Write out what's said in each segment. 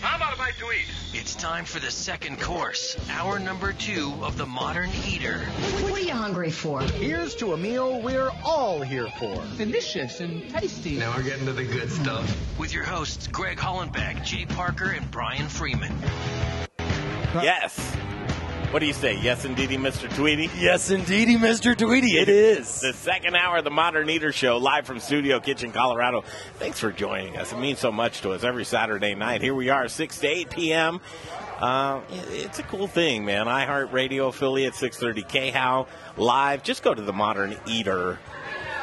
to eat? It's time for the second course, hour number two of the Modern Eater. What are you hungry for? Here's to a meal we're all here for. Delicious and tasty. Now we're getting to the good stuff. With your hosts, Greg Hollenbeck, Jay Parker, and Brian Freeman. Yes. What do you say? Yes, indeedy, Mr. Tweety. Yes, indeedy, Mr. Tweety. It is. The second hour of the Modern Eater Show, live from Studio Kitchen, Colorado. Thanks for joining us. It means so much to us every Saturday night. Here we are, 6 to 8 p.m. Uh, it's a cool thing, man. iHeartRadio affiliate, 630 KHOW, live. Just go to the Modern Eater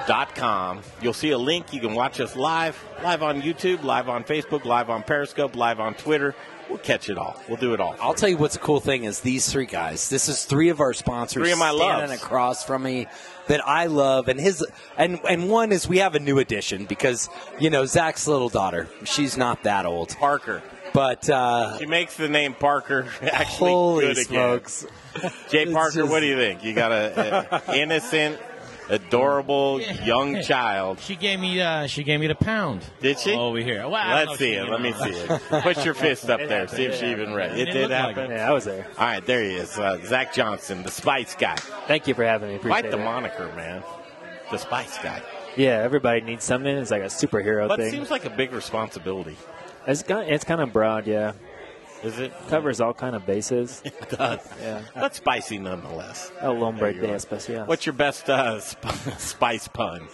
dot com. You'll see a link. You can watch us live, live on YouTube, live on Facebook, live on Periscope, live on Twitter. We'll catch it all. We'll do it all. I'll tell you what's a cool thing is these three guys. This is three of our sponsors Three of my standing loves. across from me that I love, and his and and one is we have a new addition because you know Zach's little daughter. She's not that old, Parker. but uh, She makes the name Parker actually holy good again. smokes, Jay It's Parker, just- what do you think? You got a, a innocent, adorable young child. She gave me uh, she gave me the pound. Did she? Over here. Well, I don't know Let's if see she it. gave Let me the see pound. it. Put your fist up there. See if she even read. It It did looked like happen. Yeah, I was there. All right, there he is, uh, Zach Johnson, the Spice Guy. Thank you for having me. Appreciate Quite the it. moniker, man. The Spice Guy. Yeah, everybody needs something. It's like a superhero But it thing. seems like a big responsibility. it's kind. It's kind of broad. Yeah, Is it? covers all kind of bases. It does. Yeah. But spicy nonetheless. A There hombre you de are. especial. What's your best uh, sp- spice pun?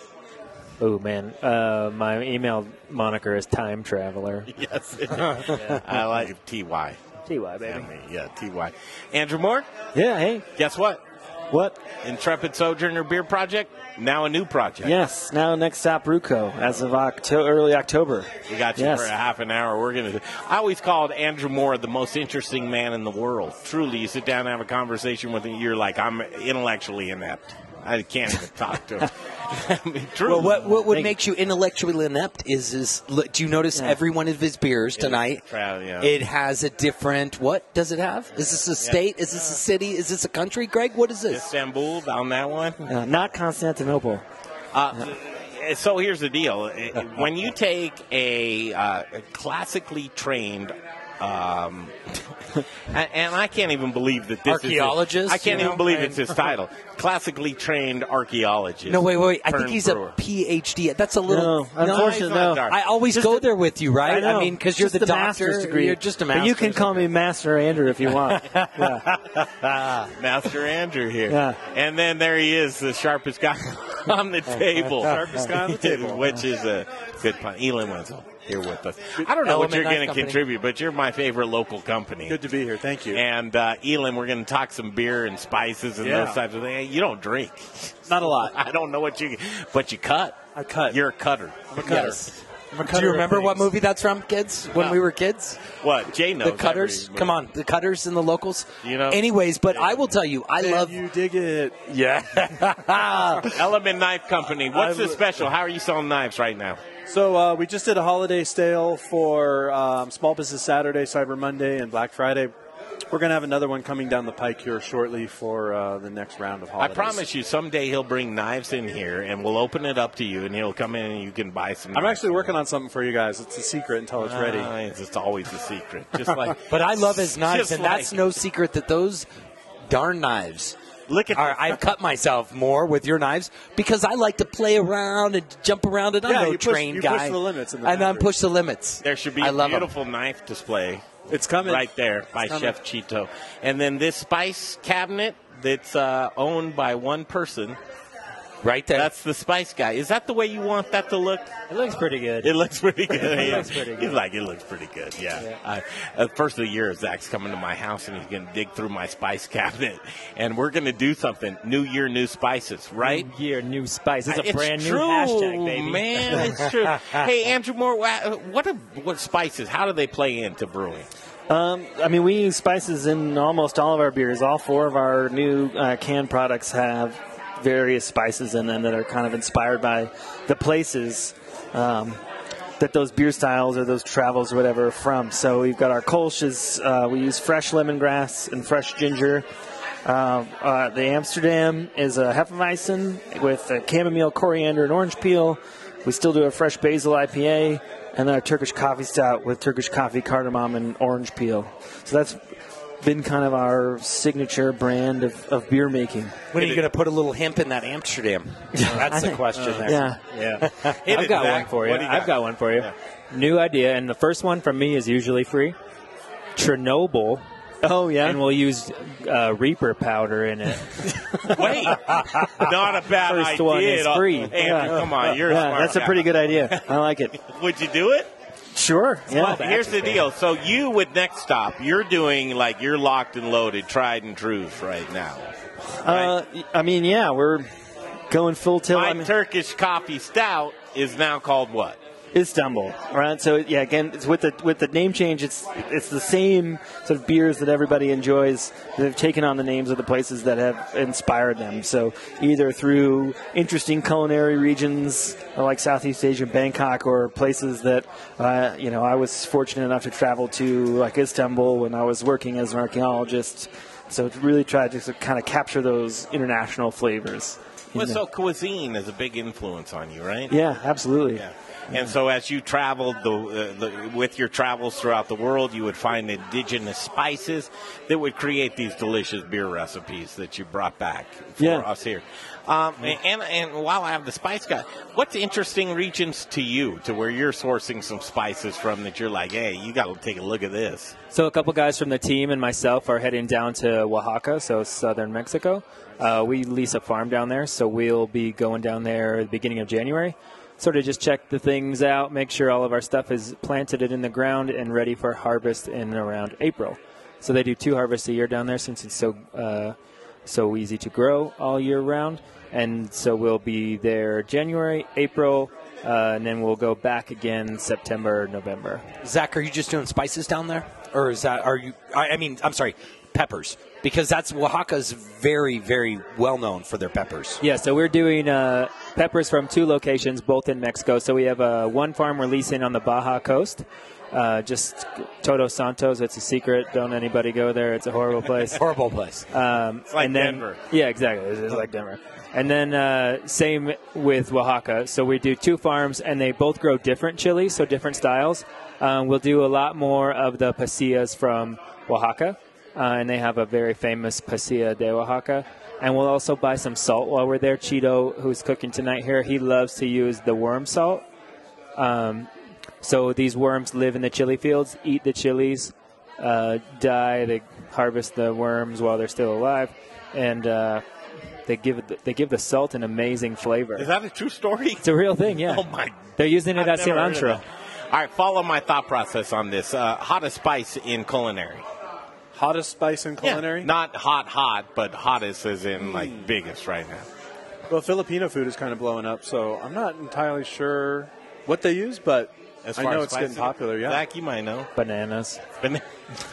Oh man, uh, my email moniker is time traveler. Yes. I like TY. Ty I baby. mean, yeah, TY. Andrew Moore, Yeah. Hey, guess what? what? Intrepid Sojourner Beer Project, now a new project. Yes. Now next stop Ruco as of Octo- early October. We got you Yes. for a half an hour. We're gonna. I always called Andrew Moore the most interesting man in the world. Truly, you sit down and have a conversation with him, you're like, I'm intellectually inept. I can't even talk to him. I mean, truly. Well, what what would Thank make you intellectually inept is is li- do you notice every one of his beers tonight? proud, yeah. It has a different. What does it have? Is this a state? Is this a city? Is this a country? Greg, what is this? Istanbul on that one. Uh, not Constantinople. Uh, so here's the deal: when you take a, uh, classically trained um, and and I can't even believe that this Is Archaeologist, I can't you even know? believe it's his title. Classically trained archaeologist. No, wait, wait. wait. I Fern think he's Brewer. a PhD. That's a little. No, unfortunately, he's not. no. I always go there with you, right? I, know. mean, because you're Just the, doctor. master's degree. You're just a But master. you can call me Master Andrew if you want. Master Andrew here. Yeah. And then there he is, the sharpest guy on the table. sharpest guy on the table. Which is a good pun. Elon Wenzel here with us. I don't know what Element you're Knife going to Company. contribute, but you're my favorite local company. Good to be here. Thank you. And uh, Elon, we're going to talk some beer and spices and Yeah. those types of things. You don't drink. Not a lot. I don't know what you, but you cut. I cut. You're a cutter. I'm a cutter. Yes. I'm a cutter Do you of remember what things. movie that's from, kids? When we were kids, What? Jay knows. the Cutters. every- Come on, the Cutters and the locals. You know- Anyways, but I will tell you, I Man, love. You dig it. Element Knife Company. What's I- the special? How are you selling knives right now? So uh, we just did a holiday sale for um, Small Business Saturday, Cyber Monday, and Black Friday. We're going to have another one coming down the pike here shortly for uh, the next round of I holidays. promise you, someday he'll bring knives in here, and we'll open it up to you, and he'll come in and you can buy some. I'm knives. actually working on something for you guys. It's a secret until it's ready. Ah, it's just always a secret. Just like, But I love his knives, Just and that's like- no secret that those darn knives. look at Are, I've cut myself more with your knives because I like to play around and jump around, and I'm Yeah, no you push- trained you push guy. the limits in the and I'm bathroom. push the limits. There should be I a love 'em. beautiful knife display It's coming. right there by coming. Chef Chito. And then this spice cabinet that's uh, owned by one person. right there. That's the spice guy. Is that the way you want that to look? It looks pretty good. It looks pretty good. Yeah. looks pretty good. He's like, it looks pretty good. Yeah. I, uh, first of the year, Zach's coming to my house and he's going to dig through my spice cabinet, and we're going to do something. New year, new spices, right? New year, new spice. It's Mm-hmm. a brand true, new hashtag, baby. man. It's true. hey, Andrew Moore, wha- uh, what a, what spices? How do they play into brewing? Um, I mean, we use spices in almost all of our beers. All four of our new uh, canned products have various spices in them that are kind of inspired by the places um, that those beer styles or those travels or whatever are from. So we've got our Kolsch is uh, we use fresh lemongrass and fresh ginger. Uh, uh, the Amsterdam is a Hefeweizen with a chamomile, coriander, and orange peel. We still do a fresh basil IPA. and then our Turkish coffee stout with Turkish coffee, cardamom, and orange peel. So that's been kind of our signature brand of, of beer making. When are you going to put a little hemp in that Amsterdam? That's the question there. Yeah. Yeah. Hit I've it, got Zach. one for you. What do you I've got? got one for you. New idea, and the first one from me is usually free. Chernobyl, Oh and yeah. we'll use uh, Reaper powder in it. Wait, not a bad First idea. one is at all. free. Andrew, Yeah. come on, you're a Yeah, smart that's a guy. pretty good idea. I like it. Would you do it? Sure. Yeah. Well, here's the deal. So you with next stop, you're doing like you're locked and loaded, tried and true right now. Uh, I mean, yeah, we're going full tilt. My I mean, Turkish coffee stout is now called what? Istanbul, right? So yeah, again, it's with the with the name change, it's it's the same sort of beers that everybody enjoys. They've taken on the names of the places that have inspired them. So either through interesting culinary regions uh, like Southeast Asia, Bangkok, or places that uh, you know I was fortunate enough to travel to, like Istanbul, when I was working as an archaeologist. So it really tried to kind of capture those international flavors. you Well, know. so cuisine is a big influence on you, right? yeah, absolutely. Yeah. And so, as you traveled the, uh, the, with your travels throughout the world, you would find indigenous spices that would create these delicious beer recipes that you brought back for Yeah. us here. Um, and, and while I have the spice guy, what's interesting regions to you to where you're sourcing some spices from that you're like, hey, you got to take a look at this? So a couple guys from the team and myself are heading down to Oaxaca, so southern Mexico. Uh, we lease a farm down there, so we'll be going down there at the beginning of January. Sort of just check the things out, make sure all of our stuff is planted and in the ground and ready for harvest in around April. So they do two harvests a year down there since it's so uh, so easy to grow all year round. And so we'll be there January, April, uh, and then we'll go back again September, November. Zach, are you just doing spices down there, or is that are you? I, I mean, I'm sorry, peppers, because that's Oaxaca's very, very well known for their peppers. Yeah, so we're doing uh, peppers from two locations, both in Mexico. So we have uh, one farm we're leasing on the Baja coast, uh, just Todos Santos. It's a secret. Don't anybody go there. It's a horrible place. Horrible place. Uh, It's like and then, Denver. Yeah, exactly. It's, it's like Denver. And then uh, same with Oaxaca. So we do two farms, and they both grow different chilies, so different styles. Um, we'll do a lot more of the pasillas from Oaxaca, uh, and they have a very famous pasilla de Oaxaca. And we'll also buy some salt while we're there. Cheeto, who's cooking tonight here, he loves to use the worm salt. So these worms live in the chili fields, eat the chilies, uh, die. They harvest the worms while they're still alive, and uh, they give it- they give the salt an amazing flavor. Is that a true story? it's a real thing, yeah. Oh my! They're using it I've as never heard of cilantro. that. All right, follow my thought process on this. Uh, hottest spice in culinary. Hottest spice in culinary? Not hot, hot, but hottest as in like biggest right now. Well, Filipino food is kind of blowing up, so I'm not entirely sure what they use, but As I far know as it's getting spices- popular. Yeah. Zach, you might know. Bananas. Ban-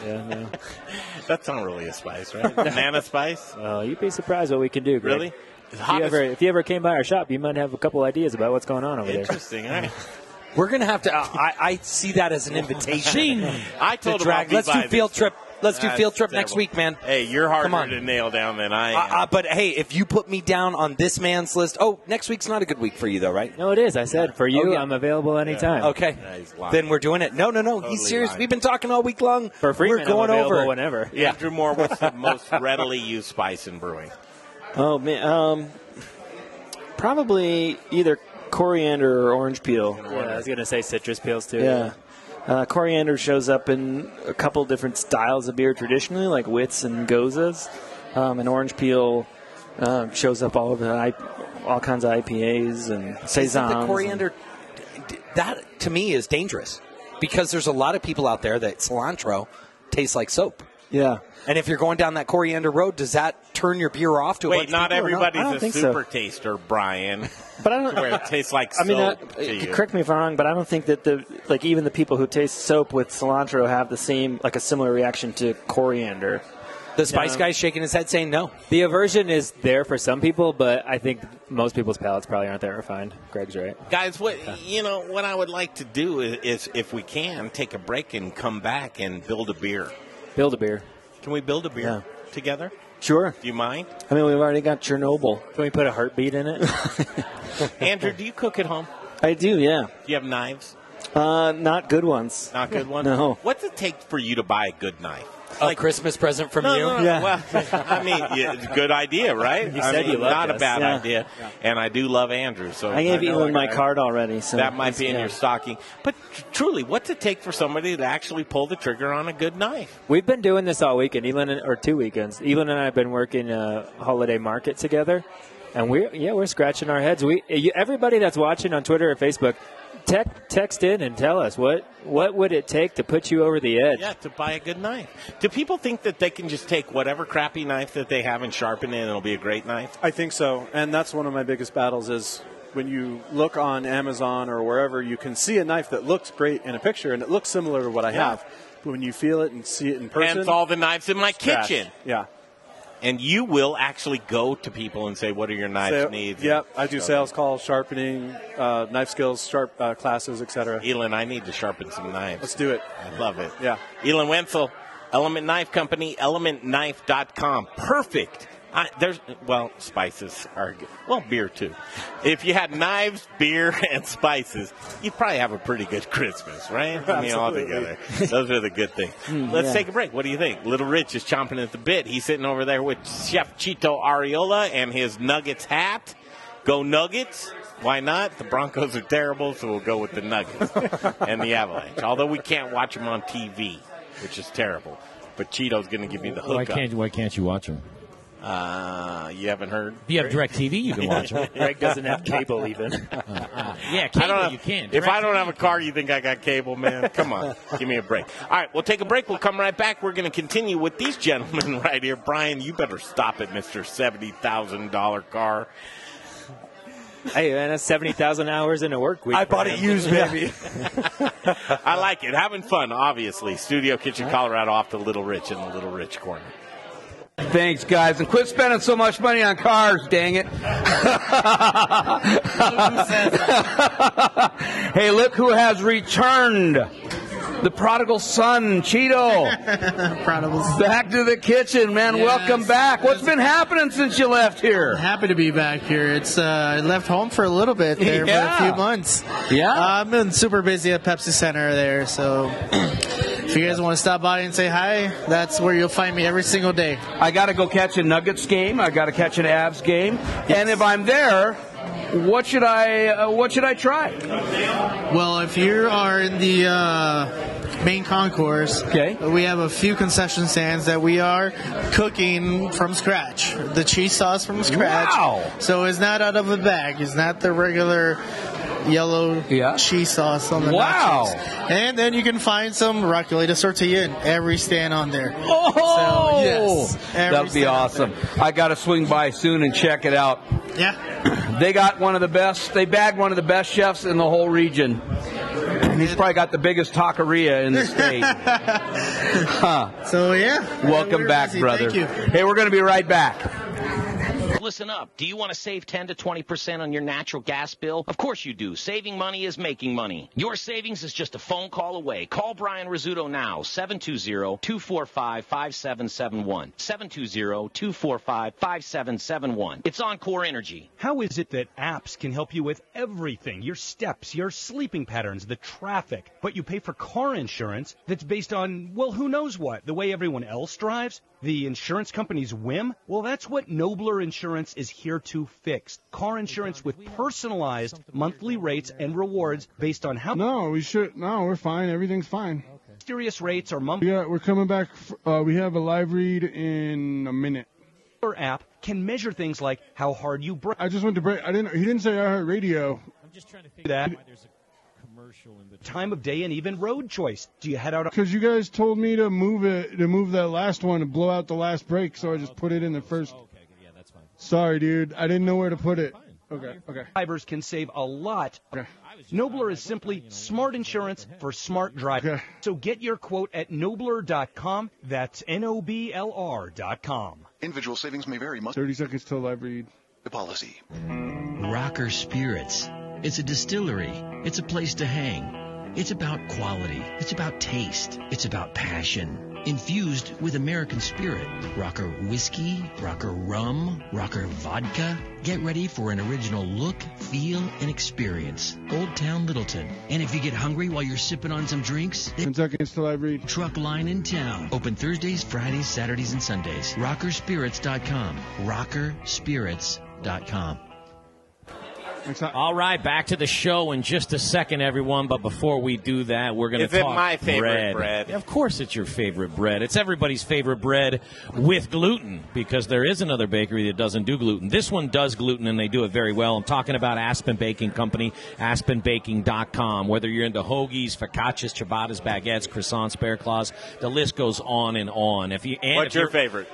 Yeah, no. That's not really a spice, right? Banana spice? well, Oh, you'd be surprised what we can do. Greg. Really? If you, Hottest. ever, if you ever came by our shop, you might have a couple ideas about what's going on over there. Interesting. All right. We're gonna have to. uh, I, I see that as an invitation. I to told him I'll drag. be Let's do by field this trip. week. Let's do That's field trip next terrible. week, man. Hey, you're harder Come on. to nail down than I am. Uh, uh, but hey, if you put me down on this man's list, oh, next week's not a good week for you, though, right? No, it is. I said for you, Oh, yeah. I'm available anytime. Okay, Yeah, he's lying. then we're doing it. No, no, no. he's Totally serious. lying. We've been talking all week long. For free, we're going I'm available over. it. whenever. yeah. Andrew Moore, what's the most readily used spice in brewing? Oh man, um, probably either coriander or orange peel. Yeah, I was gonna say citrus peels too. Yeah, uh, coriander shows up in a couple different styles of beer traditionally, like wits and gozas, um, and orange peel uh, shows up all over the I- all kinds of IPAs and Isn't saisons. the and- coriander d- d- that to me is dangerous because there's a lot of people out there that cilantro tastes like soap. yeah, And if you're going down that coriander road, does that turn your beer off to a bunch Wait, of not people or everybody's don't a think so. super taster, Brian. but I don't. Where it tastes like I mean, soap uh, to you. correct me if I'm wrong, but I don't think that the like even the people who taste soap with cilantro have the same like a similar reaction to coriander. The spice guy's shaking his head saying no. The aversion is there for some people, but I think most people's palates probably aren't that refined. Greg's right. Guys, what you know, what I would like to do is, is, if we can, take a break and come back and build a beer. Build a beer. Can we build a beer together? Sure. Do you mind? I mean, we've already got Chernobyl. Can we put a heartbeat in it? Andrew, do you cook at home? I do, yeah. Do you have knives? Uh, not good ones. Not good one. No. What's it take for you to buy a good knife? A Christmas present from No, you? no, no. Yeah. Well, I mean, yeah, it's a good idea, right? You I said mean, you loved not a us. bad Yeah. idea. And I do love Andrew, so I gave know Elon that my guy. card already, so That might be in yeah. your stocking. But tr- truly, what's it take for somebody to actually pull the trigger on a good knife? We've been doing this all weekend, Elon and, or two weekends. Elon and I have been working a holiday market together, and we are yeah we're scratching our heads. We you, everybody that's watching on Twitter or Facebook, tec- text in and tell us what what would it take to put you over the edge. Yeah, to buy a good knife. Do people think that they can just take whatever crappy knife that they have and sharpen it and it'll be a great knife? I think so, and that's one of my biggest battles is when you look on Amazon or wherever, you can see a knife that looks great in a picture and it looks similar to what I Yeah. have, but when you feel it and see it in And person, it's all the knives in my trash. kitchen. Yeah, And you will actually go to people and say, "What are your knives Sa- needs?" Yep, I do So- sales calls, sharpening, uh, knife skills, sharp uh, classes, etc. Elon, I need to sharpen some knives. Let's do it. I love it. Yeah. Elon Wenzel, Element Knife Company, elementknife.com. Perfect. I, there's well, spices are good. well, beer too. If you had knives, beer, and spices, you'd probably have a pretty good Christmas, right? I mean, all together, those are the good things. Hmm, Let's take a break. What do you think? Little Rich is chomping at the bit. He's sitting over there with Chef Chito Ariola and his Nuggets hat. Go Nuggets. Why not? The Broncos are terrible, so we'll go with the Nuggets and the Avalanche. Although we can't watch them on TV, which is terrible. But Cheeto's going to give you the Oh, Why hookup. can't Why can't you watch them? Uh, you haven't heard? If you have Direct TV, you can watch them. Greg doesn't have cable even. Yeah, cable, I don't have, you can. If I don't DirecTV. have a car, you think I got cable, man? Come on, give me a break. All right, we'll take a break. We'll come right back. We're going to continue with these gentlemen right here. Brian, you better stop it, Mister Seventy Thousand Dollar Car. hey man, that's seventy thousand hours in a work week. I bought it used, baby. I like it. Having fun, obviously. Studio Kitchen Colorado off to Little Rich in the Little Rich corner. Thanks, guys, and quit spending so much money on cars. Dang it! hey, look who has returned. The prodigal son, Cheeto. Back to the kitchen, man. Yes. Welcome back. What's been happening since you left here? Happy to be back here. It's uh, I left home for a little bit there Yeah. for a few months. Yeah. Uh, I've been super busy at Pepsi Center there, so if you guys want to stop by and say hi, that's where you'll find me every single day. I got to go catch a Nuggets game. I got to catch an Abs game. And if I'm there, what should I? Uh, what should I try? Well, if you are in the uh, main concourse, Okay. we have a few concession stands that we are cooking from scratch. The cheese sauce from scratch. Wow. So it's not out of a bag. It's not the regular yellow Yeah. cheese sauce on the Wow. nachos. And then you can find some roculita tortilla in every stand on there. Oh, So, yes. Every that'd be step out awesome. I got to swing by soon and check it out. Yeah. They got one of the best. They bagged one of the best chefs in the whole region. And he's probably got the biggest taqueria in the state. So yeah. Welcome We're back, busy. brother. Thank you. Hey, we're going to be right back. Listen up. Do you want to save 10 to 20% on your natural gas bill? Of course you do. Saving money is making money. Your savings is just a phone call away. Call Brian Rizzuto now, 720-245-5771. 720-245-5771. It's Encore Energy. How is it that apps can help you with everything your steps, your sleeping patterns, the traffic, but you pay for car insurance that's based on, well, who knows what, the way everyone else drives? The insurance company's whim? Well, that's what Nobler Insurance is here to fix. Car insurance with personalized monthly rates and rewards based on how No, we should. No, we're fine. Everything's fine. serious rates or monthly. Yeah, we're coming back. Uh, we have a live read in a minute. Nobler app can measure things like how hard you brake. I just went to break. I didn't. He didn't say I heard radio. that. Time of day and even road choice. Do you head out? Because you guys told me to move it, to move that last one, to blow out the last break, so I just put it in the first. Sorry, dude. I didn't know where to put it. Okay. Okay. drivers can save a lot. Nobler is simply smart insurance for smart drivers. Okay. So get your quote at nobler.com. That's N O B L R.com. Individual savings may vary. Must Thirty seconds till live read. the policy. Rocker Spirits. It's a distillery. It's a place to hang. It's about quality. It's about taste. It's about passion. Infused with American spirit. Rocker whiskey, rocker rum, rocker vodka. Get ready for an original look, feel, and experience. Old Town Littleton. And if you get hungry while you're sipping on some drinks, Kentucky Still I Read. Truck line in town. Open Thursdays, Fridays, Saturdays, and Sundays. Rockerspirits.com. Rockerspirits.com. All right, back to the show in just a second, everyone. But before we do that, we're going to Is it talk my favorite bread? Of course, it's your favorite bread. It's everybody's favorite bread with gluten because there is another bakery that doesn't do gluten. This one does gluten, and they do it very well. I'm talking about Aspen Baking Company, AspenBaking.com. Whether you're into hoagies, focaccias, ciabattas, baguettes, croissants, bear claws, the list goes on and on. If you and What's if your you're- favorite?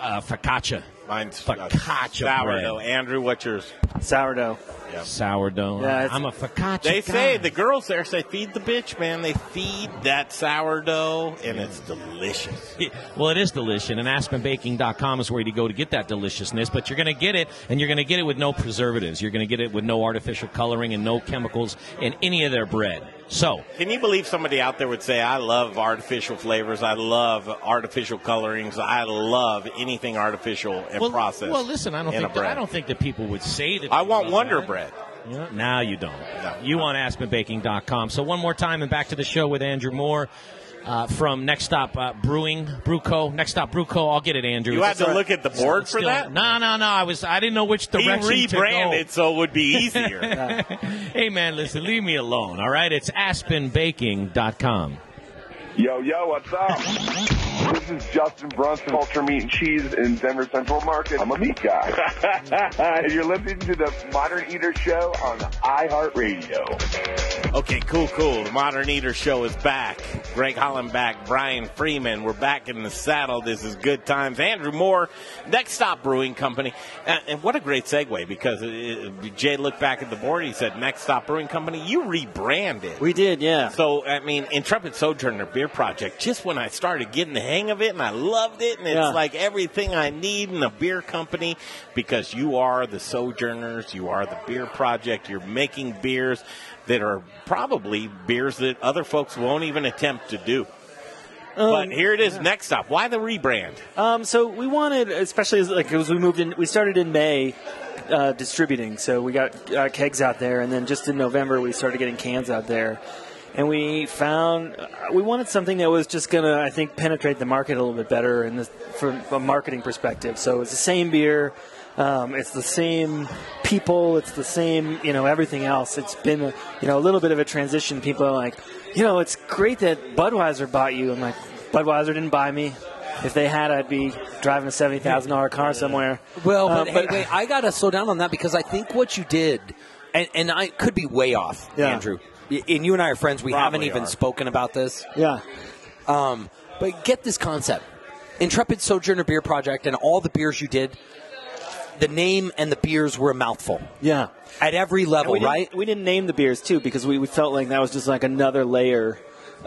Uh, focaccia. Mine's focaccia sourdough. bread. Andrew, what's yours? Sourdough. Sourdough. Yeah, it's- I'm a focaccia. They guy. say the girls there say feed the bitch, man. They feed that sourdough, and it's delicious. Well, it is delicious, and aspenbaking.com is where you go to get that deliciousness, but you're going to get it, and you're going to get it with no preservatives. You're going to get it with no artificial coloring and no chemicals in any of their bread. So, Can you believe somebody out there would say, "I love artificial flavors. I love artificial colorings. I love anything artificial and well, processed." well, listen, I don't, in a think that, bread. I don't think that people would say that. I they want love Wonder that. Bread. Yeah, now you don't. You want aspenbaking.com. So one more time and back to the show with Andrew Moore uh, from Next Stop uh, Brewing, Brewco. Next Stop Brewco. I'll get it, Andrew. You had to look at the Still- board for still- that? No, no, no. I was. I didn't know which He direction to go. rebranded so it would be easier. hey, man, listen, leave me alone, all right? It's aspenbaking.com. Yo, yo, what's up? this is Justin Brunson, Culture Meat and Cheese in Denver Central Market. I'm a meat guy. and you're listening to the Modern Eater Show on iHeartRadio. Okay, cool, cool. The Modern Eater Show is back. Greg Holland back. Brian Freeman. We're back in the saddle. This is good times. Andrew Moore, Next Stop Brewing Company. And, and what a great segue because uh, Jay looked back at the board. He said, Next Stop Brewing Company, you rebranded. We did, yeah. So, I mean, Intrepid Sojourner Beer Project, just when I started getting the hang of it and I loved it, and it's Yeah. like everything I need in a beer company because you are the Sojourners, you are the Beer Project, you're making beers that are probably beers that other folks won't even attempt to do. but here it is next up. Why the rebrand? Um, so we wanted, especially as, like as we moved in, we started in May uh, distributing. So we got uh, kegs out there, and then just in November we started getting cans out there. And we found uh, we wanted something that was just gonna, I think, penetrate the market a little bit better in the, from a marketing perspective. So it's the same beer, um, it's the same people, it's the same, you know, everything else. It's been, a, you know, a little bit of a transition. People are like, you know, it's great that Budweiser bought you. I'm like, Budweiser didn't buy me. If they had, I'd be driving a seventy thousand dollar car somewhere. Well, but, Uh, hey, wait, I got to slow down on that because I think what you did, and, and I could be way off, Yeah. Andrew. Y- And you and I are friends. We haven't even are. spoken about this. Yeah. Um, but get this concept Intrepid Sojourner Beer Project and all the beers you did, the name and the beers were a mouthful. Yeah. At every And level, we didn't- right? We didn't name the beers too because we, we felt like that was just like another layer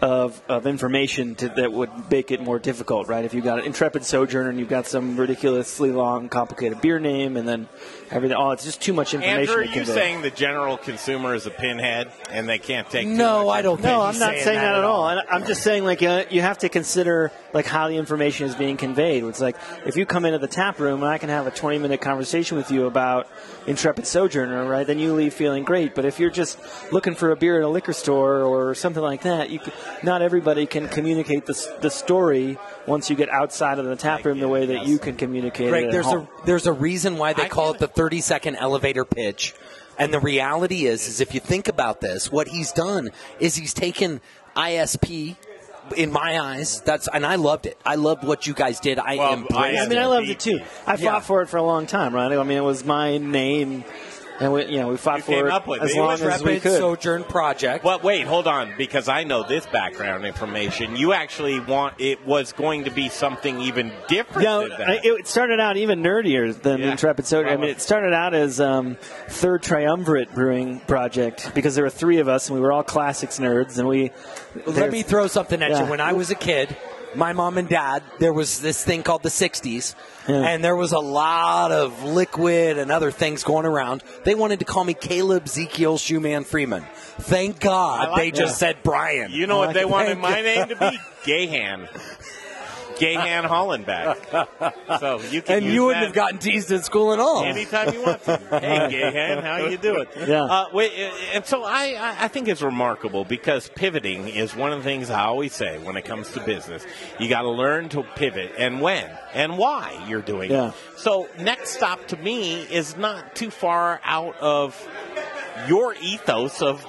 of, of information to, that would make it more difficult, right? If you got an intrepid sojourner and you've got some ridiculously long, complicated beer name, and then everything, oh, it's just too much information. Andrew, are to you convey. saying the general consumer is a pinhead and they can't take? too No, much I don't. information? No, I'm not saying, that at all. And I'm just saying like uh, you have to consider like how the information is being conveyed. It's like if you come into the tap room and I can have a 20 minute conversation with you about Intrepid Sojourner, right? Then you leave feeling great. But if you're just looking for a beer at a liquor store or something like that, you c not everybody can communicate the s- the story once you get outside of the tap room the way that you can communicate it. Greg, at there's home. a there's a reason why they call it the 30 second elevator pitch. And the reality is, is if you think about this, what he's done is he's taken ISP. In my eyes, that's and I loved it. I loved what you guys did. I embraced I mean, I loved it too. I Yeah. fought for it for a long time, right? I mean, it was my name, and we, you know, we fought for came it up with as it. long as we could. Sojourn Project. Well, wait, hold on, because I know this background information. You actually want it was going to be something even different yeah, than that. I- it started out even nerdier than Intrepid Soda. I mean, it started out as um, Third Triumvirate Brewing Project because there were three of us and we were all classics nerds, and we. Let me throw something at Yeah. you. When I was a kid, my mom and dad, there was this thing called the 60s, and there was a lot of liquid and other things going around. They wanted to call me Caleb Ezekiel Shoeman Freeman. Thank God I like they just that. said Brian. You know what they Thank wanted my name to God. be? Gahan. Gahan Hollenbeck. So you can and use you wouldn't that. have gotten teased at school at all. Anytime you want to. Hey, Gahan, how you doing? Oh. Yeah. Uh, wait, uh, and so I, I- I think it's remarkable because pivoting is one of the things I always say when it comes to business. You got to learn to pivot and when and why you're doing Yeah. it. So next stop to me is not too far out of your ethos of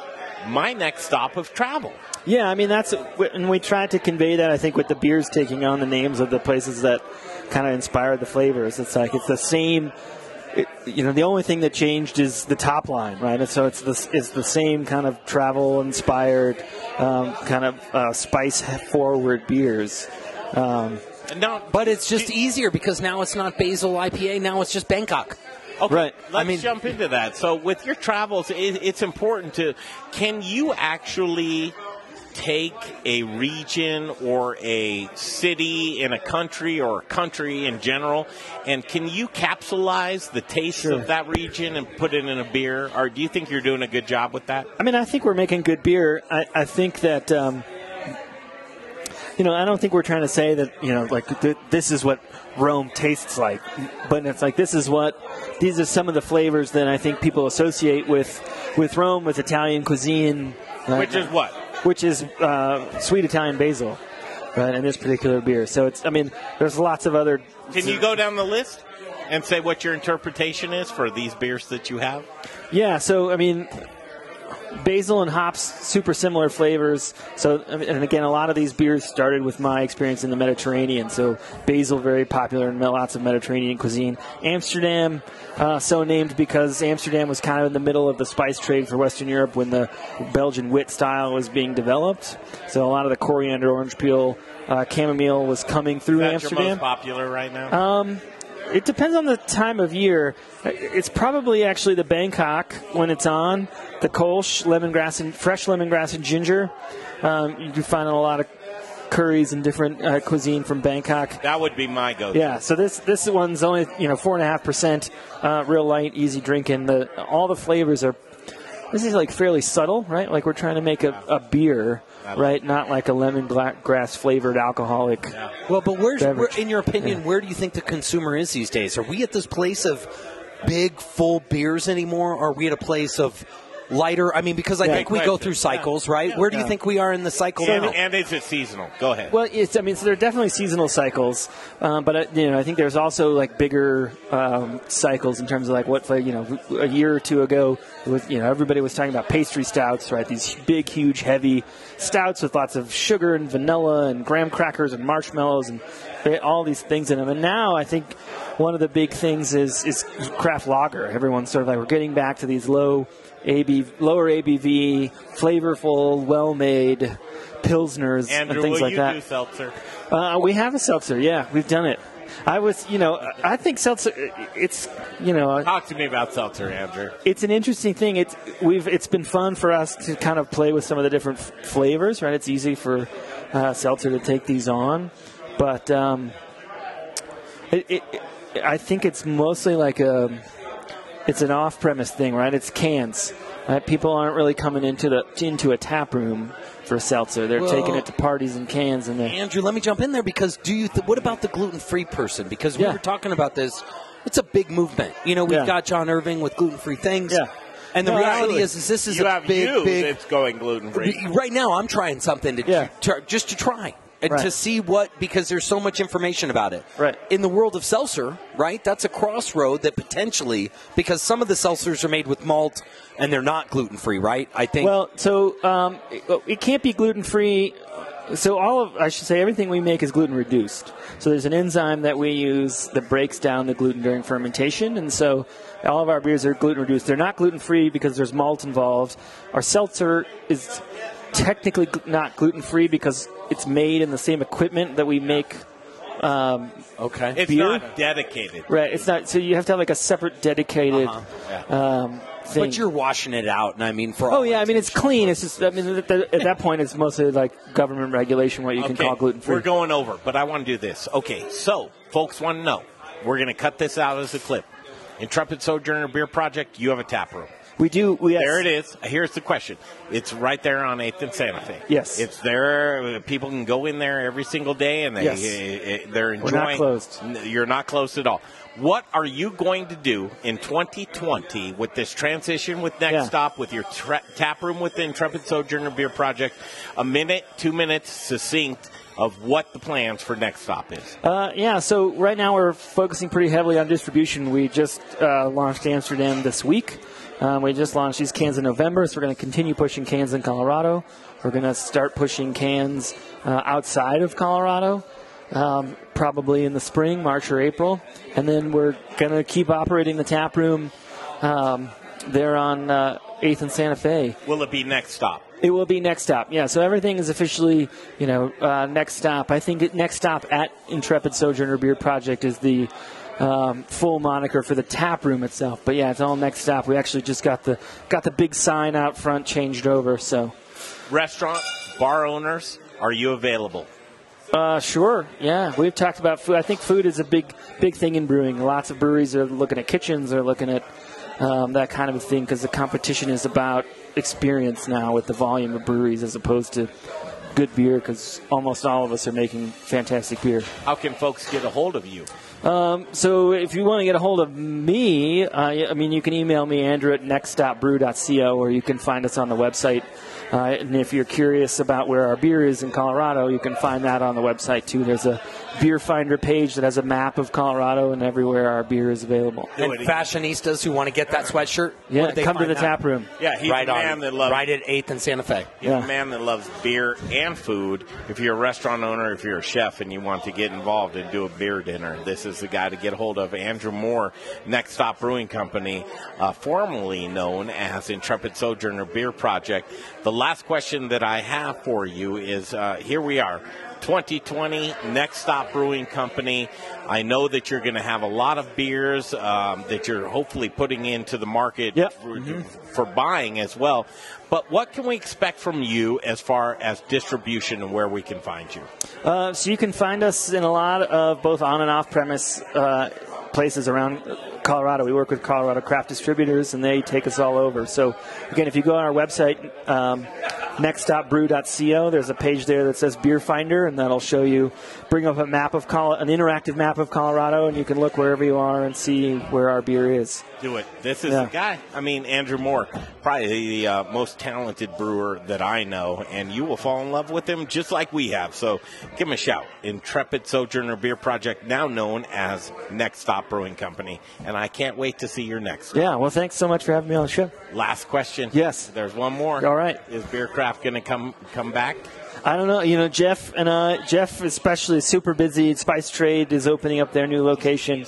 my next stop of travel. Yeah, I mean that's and we tried to convey that I think with the beers taking on the names of the places that kind of inspired the flavors. It's like it's the same. It, you know, the only thing that changed is the top line, right? And so it's the it's the same kind of travel inspired, um, kind of uh, spice forward beers. Um, but it's just easier because now it's not Basil IPA. Now it's just Bangkok. Okay, Right. Let's jump into that. So, with your travels, it, it's important to can you actually take a region or a city in a country or a country in general, and can you capsulize the taste of that region and put it in a beer? Or do you think you're doing a good job with that? I mean, I think we're making good beer. I, I think that, um, you know, I don't think we're trying to say that, you know, like th- this is what Rome tastes like. But it's like this is what these are some of the flavors that I think people associate with with Rome, with Italian cuisine. right? Which is what? Which is uh, sweet Italian basil, right? In this particular beer. So it's, I mean, there's lots of other. Can you go down the list and say what your interpretation is for these beers that you have? Yeah, so I mean, basil and hops, super similar flavors. So, I mean, and again, a lot of these beers started with my experience in the Mediterranean. So, basil very popular in lots of Mediterranean cuisine. Amsterdam, uh, so named because Amsterdam was kind of in the middle of the spice trade for Western Europe when the Belgian wit style was being developed. So, a lot of the coriander, orange peel, uh, chamomile was coming through That's Amsterdam. your most popular right now. Um, it depends on the time of year. It's probably actually the Bangkok when it's on. The Kolsch, lemongrass and fresh lemongrass and ginger. Um, you do find in a lot of curries and different uh, cuisine from Bangkok. that would be my go. Yeah, so this this one's only you know four and a half percent, uh, real light, easy drinking. The all the flavors are. This is like fairly subtle, right? Like we're trying to make a, a beer, right? Not like a lemongrass flavored alcoholic. Well, but where's where, beverage. in your opinion, where do you think the consumer is these days? Are we at this place of big full beers anymore? Or are we at a place of lighter? I mean, because I Yeah. think we Good go question. through cycles, right? Yeah. Where do you Yeah. think we are in the cycle And, now? and is it seasonal? Go ahead. Well, it's, I mean, so there are definitely seasonal cycles, um, but uh, you know, I think there's also like bigger um, cycles in terms of like what, like, you know, a year or two ago, it was, you know, everybody was talking about pastry stouts, right? These big, huge, heavy stouts with lots of sugar and vanilla and graham crackers and marshmallows and they- all these things in them. And now I think one of the big things is is craft lager. Everyone's sort of like we're getting back to these low. AB, lower ABV, flavorful, well-made pilsners Andrew, and things will like you that. do seltzer? Uh, we have a seltzer. Yeah, we've done it. I was, you know, I think seltzer. It's, you know, Talk to me about seltzer, Andrew. it's an interesting thing. It's we've it's been fun for us to kind of play with some of the different f- flavors. Right, it's easy for uh, seltzer to take these on, but um, it, it, it- I think it's mostly like a it's an off-premise thing, right? It's cans. Right? People aren't really coming into the into a tap room for seltzer. They're Well- taking it to parties in cans, and they're Andrew, let me jump in there because do you? Th- what about the gluten-free person? Because we were talking about this. It's a big movement. You know, we've Yeah. got John Irving with gluten-free things. Yeah. And the No, reality absolutely. is, is this is you a have big, you big. that's going gluten free. Right now, I'm trying something to, to- just to try and to see what because there's so much information about it. Right. In the world of seltzer, right? That's a crossroad that potentially because some of the seltzers are made with malt and they're not gluten free, right? I think. Well, so um, it, it can't be gluten free. So all of I should say everything we make is gluten reduced. So there's an enzyme that we use that breaks down the gluten during fermentation, and so all of our beers are gluten reduced. They're not gluten free because there's malt involved. Our seltzer is technically gl- not gluten free because it's made in the same equipment that we make Um, okay. It's beer. not dedicated. Right. It's not. So you have to have like a separate dedicated. Uh-huh. Um, thing. But you're washing it out, and I mean, for all Oh yeah, I mean it's clean. It's just I mean at that, at that point it's mostly like government regulation what you can Okay, call gluten free. We're going over, but I want to do this. Okay, so folks want to know. We're going to cut this out as a clip. Intrepid Sojourner Beer Project, you have a tap room. We do. We There it is. Here's the question. It's right there on 8th and Santa Fe. Yes. It's there. People can go in there every single day and they, Yes. eh, eh, they're We're enjoying. not closed. N- You're not closed at all. What are you going to do in 2020 with this transition with Next Stop, with your tra- tap room with the Intrepid Sojourner Beer Project? A minute, two minutes, succinct of what the plans for Next Stop is. Uh, yeah, so right now we're focusing pretty heavily on distribution. We just uh, launched Amsterdam this week. Um, we just launched these cans in November, so we're going to continue pushing cans in Colorado. We're going to start pushing cans uh, outside of Colorado, um, probably in the spring, March or April. And then we're going to keep operating the tap room um, there on uh, 8th and Santa Fe. Will it be Next Stop? It will be next stop. Yeah, so everything is officially, you know, uh, next stop. I think it, next stop at Intrepid Sojourner Beer Project is the um, full moniker for the tap room itself. But yeah, it's all next stop. We actually just got the got the big sign out front changed over. So, Restaurant, bar owners, are you available? uh, sure, yeah, we've talked about food. I think food is a big big thing in brewing. Lots of breweries are looking at kitchens, are looking at um, that kind of a thing because the competition is about experience now with the volume of breweries as opposed to good beer because almost all of us are making fantastic beer. How can folks get a hold of you? Um, so if you want to get a hold of me, uh, I mean, you can email me, Andrew at nextstopbrew.co, or you can find us on the website. Uh, and if you're curious about where our beer is in Colorado, you can find that on the website too. There's a beer finder page that has a map of Colorado and everywhere our beer is available. And fashionistas who want to get that sweatshirt, Yeah, where do they come to find the that? tap room. Yeah, he's right a man on, that loves- right at Eighth and Santa Fe. He's a man that loves beer and food. If you're a restaurant owner, if you're a chef and you want to get involved and do a beer dinner, this is the guy to get a hold of. Andrew Moore, Next Stop Brewing Company, uh, formerly known as Intrepid Sojourner Beer Project. The last question that I have for you is uh, here we are. 2020 Next Stop Brewing Company. I know that you're going to have a lot of beers um, that you're hopefully putting into the market for, Mm-hmm. for buying as well. But what can we expect from you as far as distribution and where we can find you? Uh, so you can find us in a lot of both on and off premise uh, places around Colorado. We work with Colorado craft distributors, and they take us all over. So again, if you go on our website, um, nextstopbrew.co, there's a page there that says Beer Finder, and that'll show you bring up a map of Col- an interactive map of Colorado, and you can look wherever you are and see where our beer is. Do it. This is Yeah. the guy. I mean, Andrew Moore, probably the uh, most talented brewer that I know, and you will fall in love with him just like we have. So give him a shout. Intrepid Sojourner Beer Project, now known as Next Stop Brewing Company. And I can't wait to see your next. Yeah. Well, thanks so much for having me on the show. Last question. Yes. There's one more. All right. Is Beercraft going to come come back? I don't know. You know, Jeff and uh, Jeff especially is super busy. Spice Trade is opening up their new location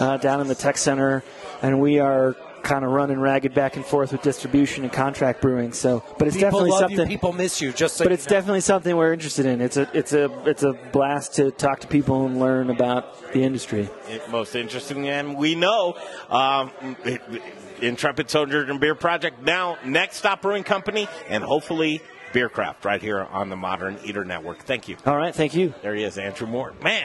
uh, down in the Tech Center, and we are kind of running ragged back and forth with distribution and contract brewing. So, but it's people definitely love something. You, people miss you. Just so but you it's know. definitely something we're interested in. It's a it's a it's a blast to talk to people and learn about the industry. It- most interesting, and we know um, it- it- Intrepid Soldier and Beer Project now Next Stop Brewing Company, and hopefully Beercraft right here on the Modern Eater Network. Thank you. All right, thank you. There he is, Andrew Moore. Man.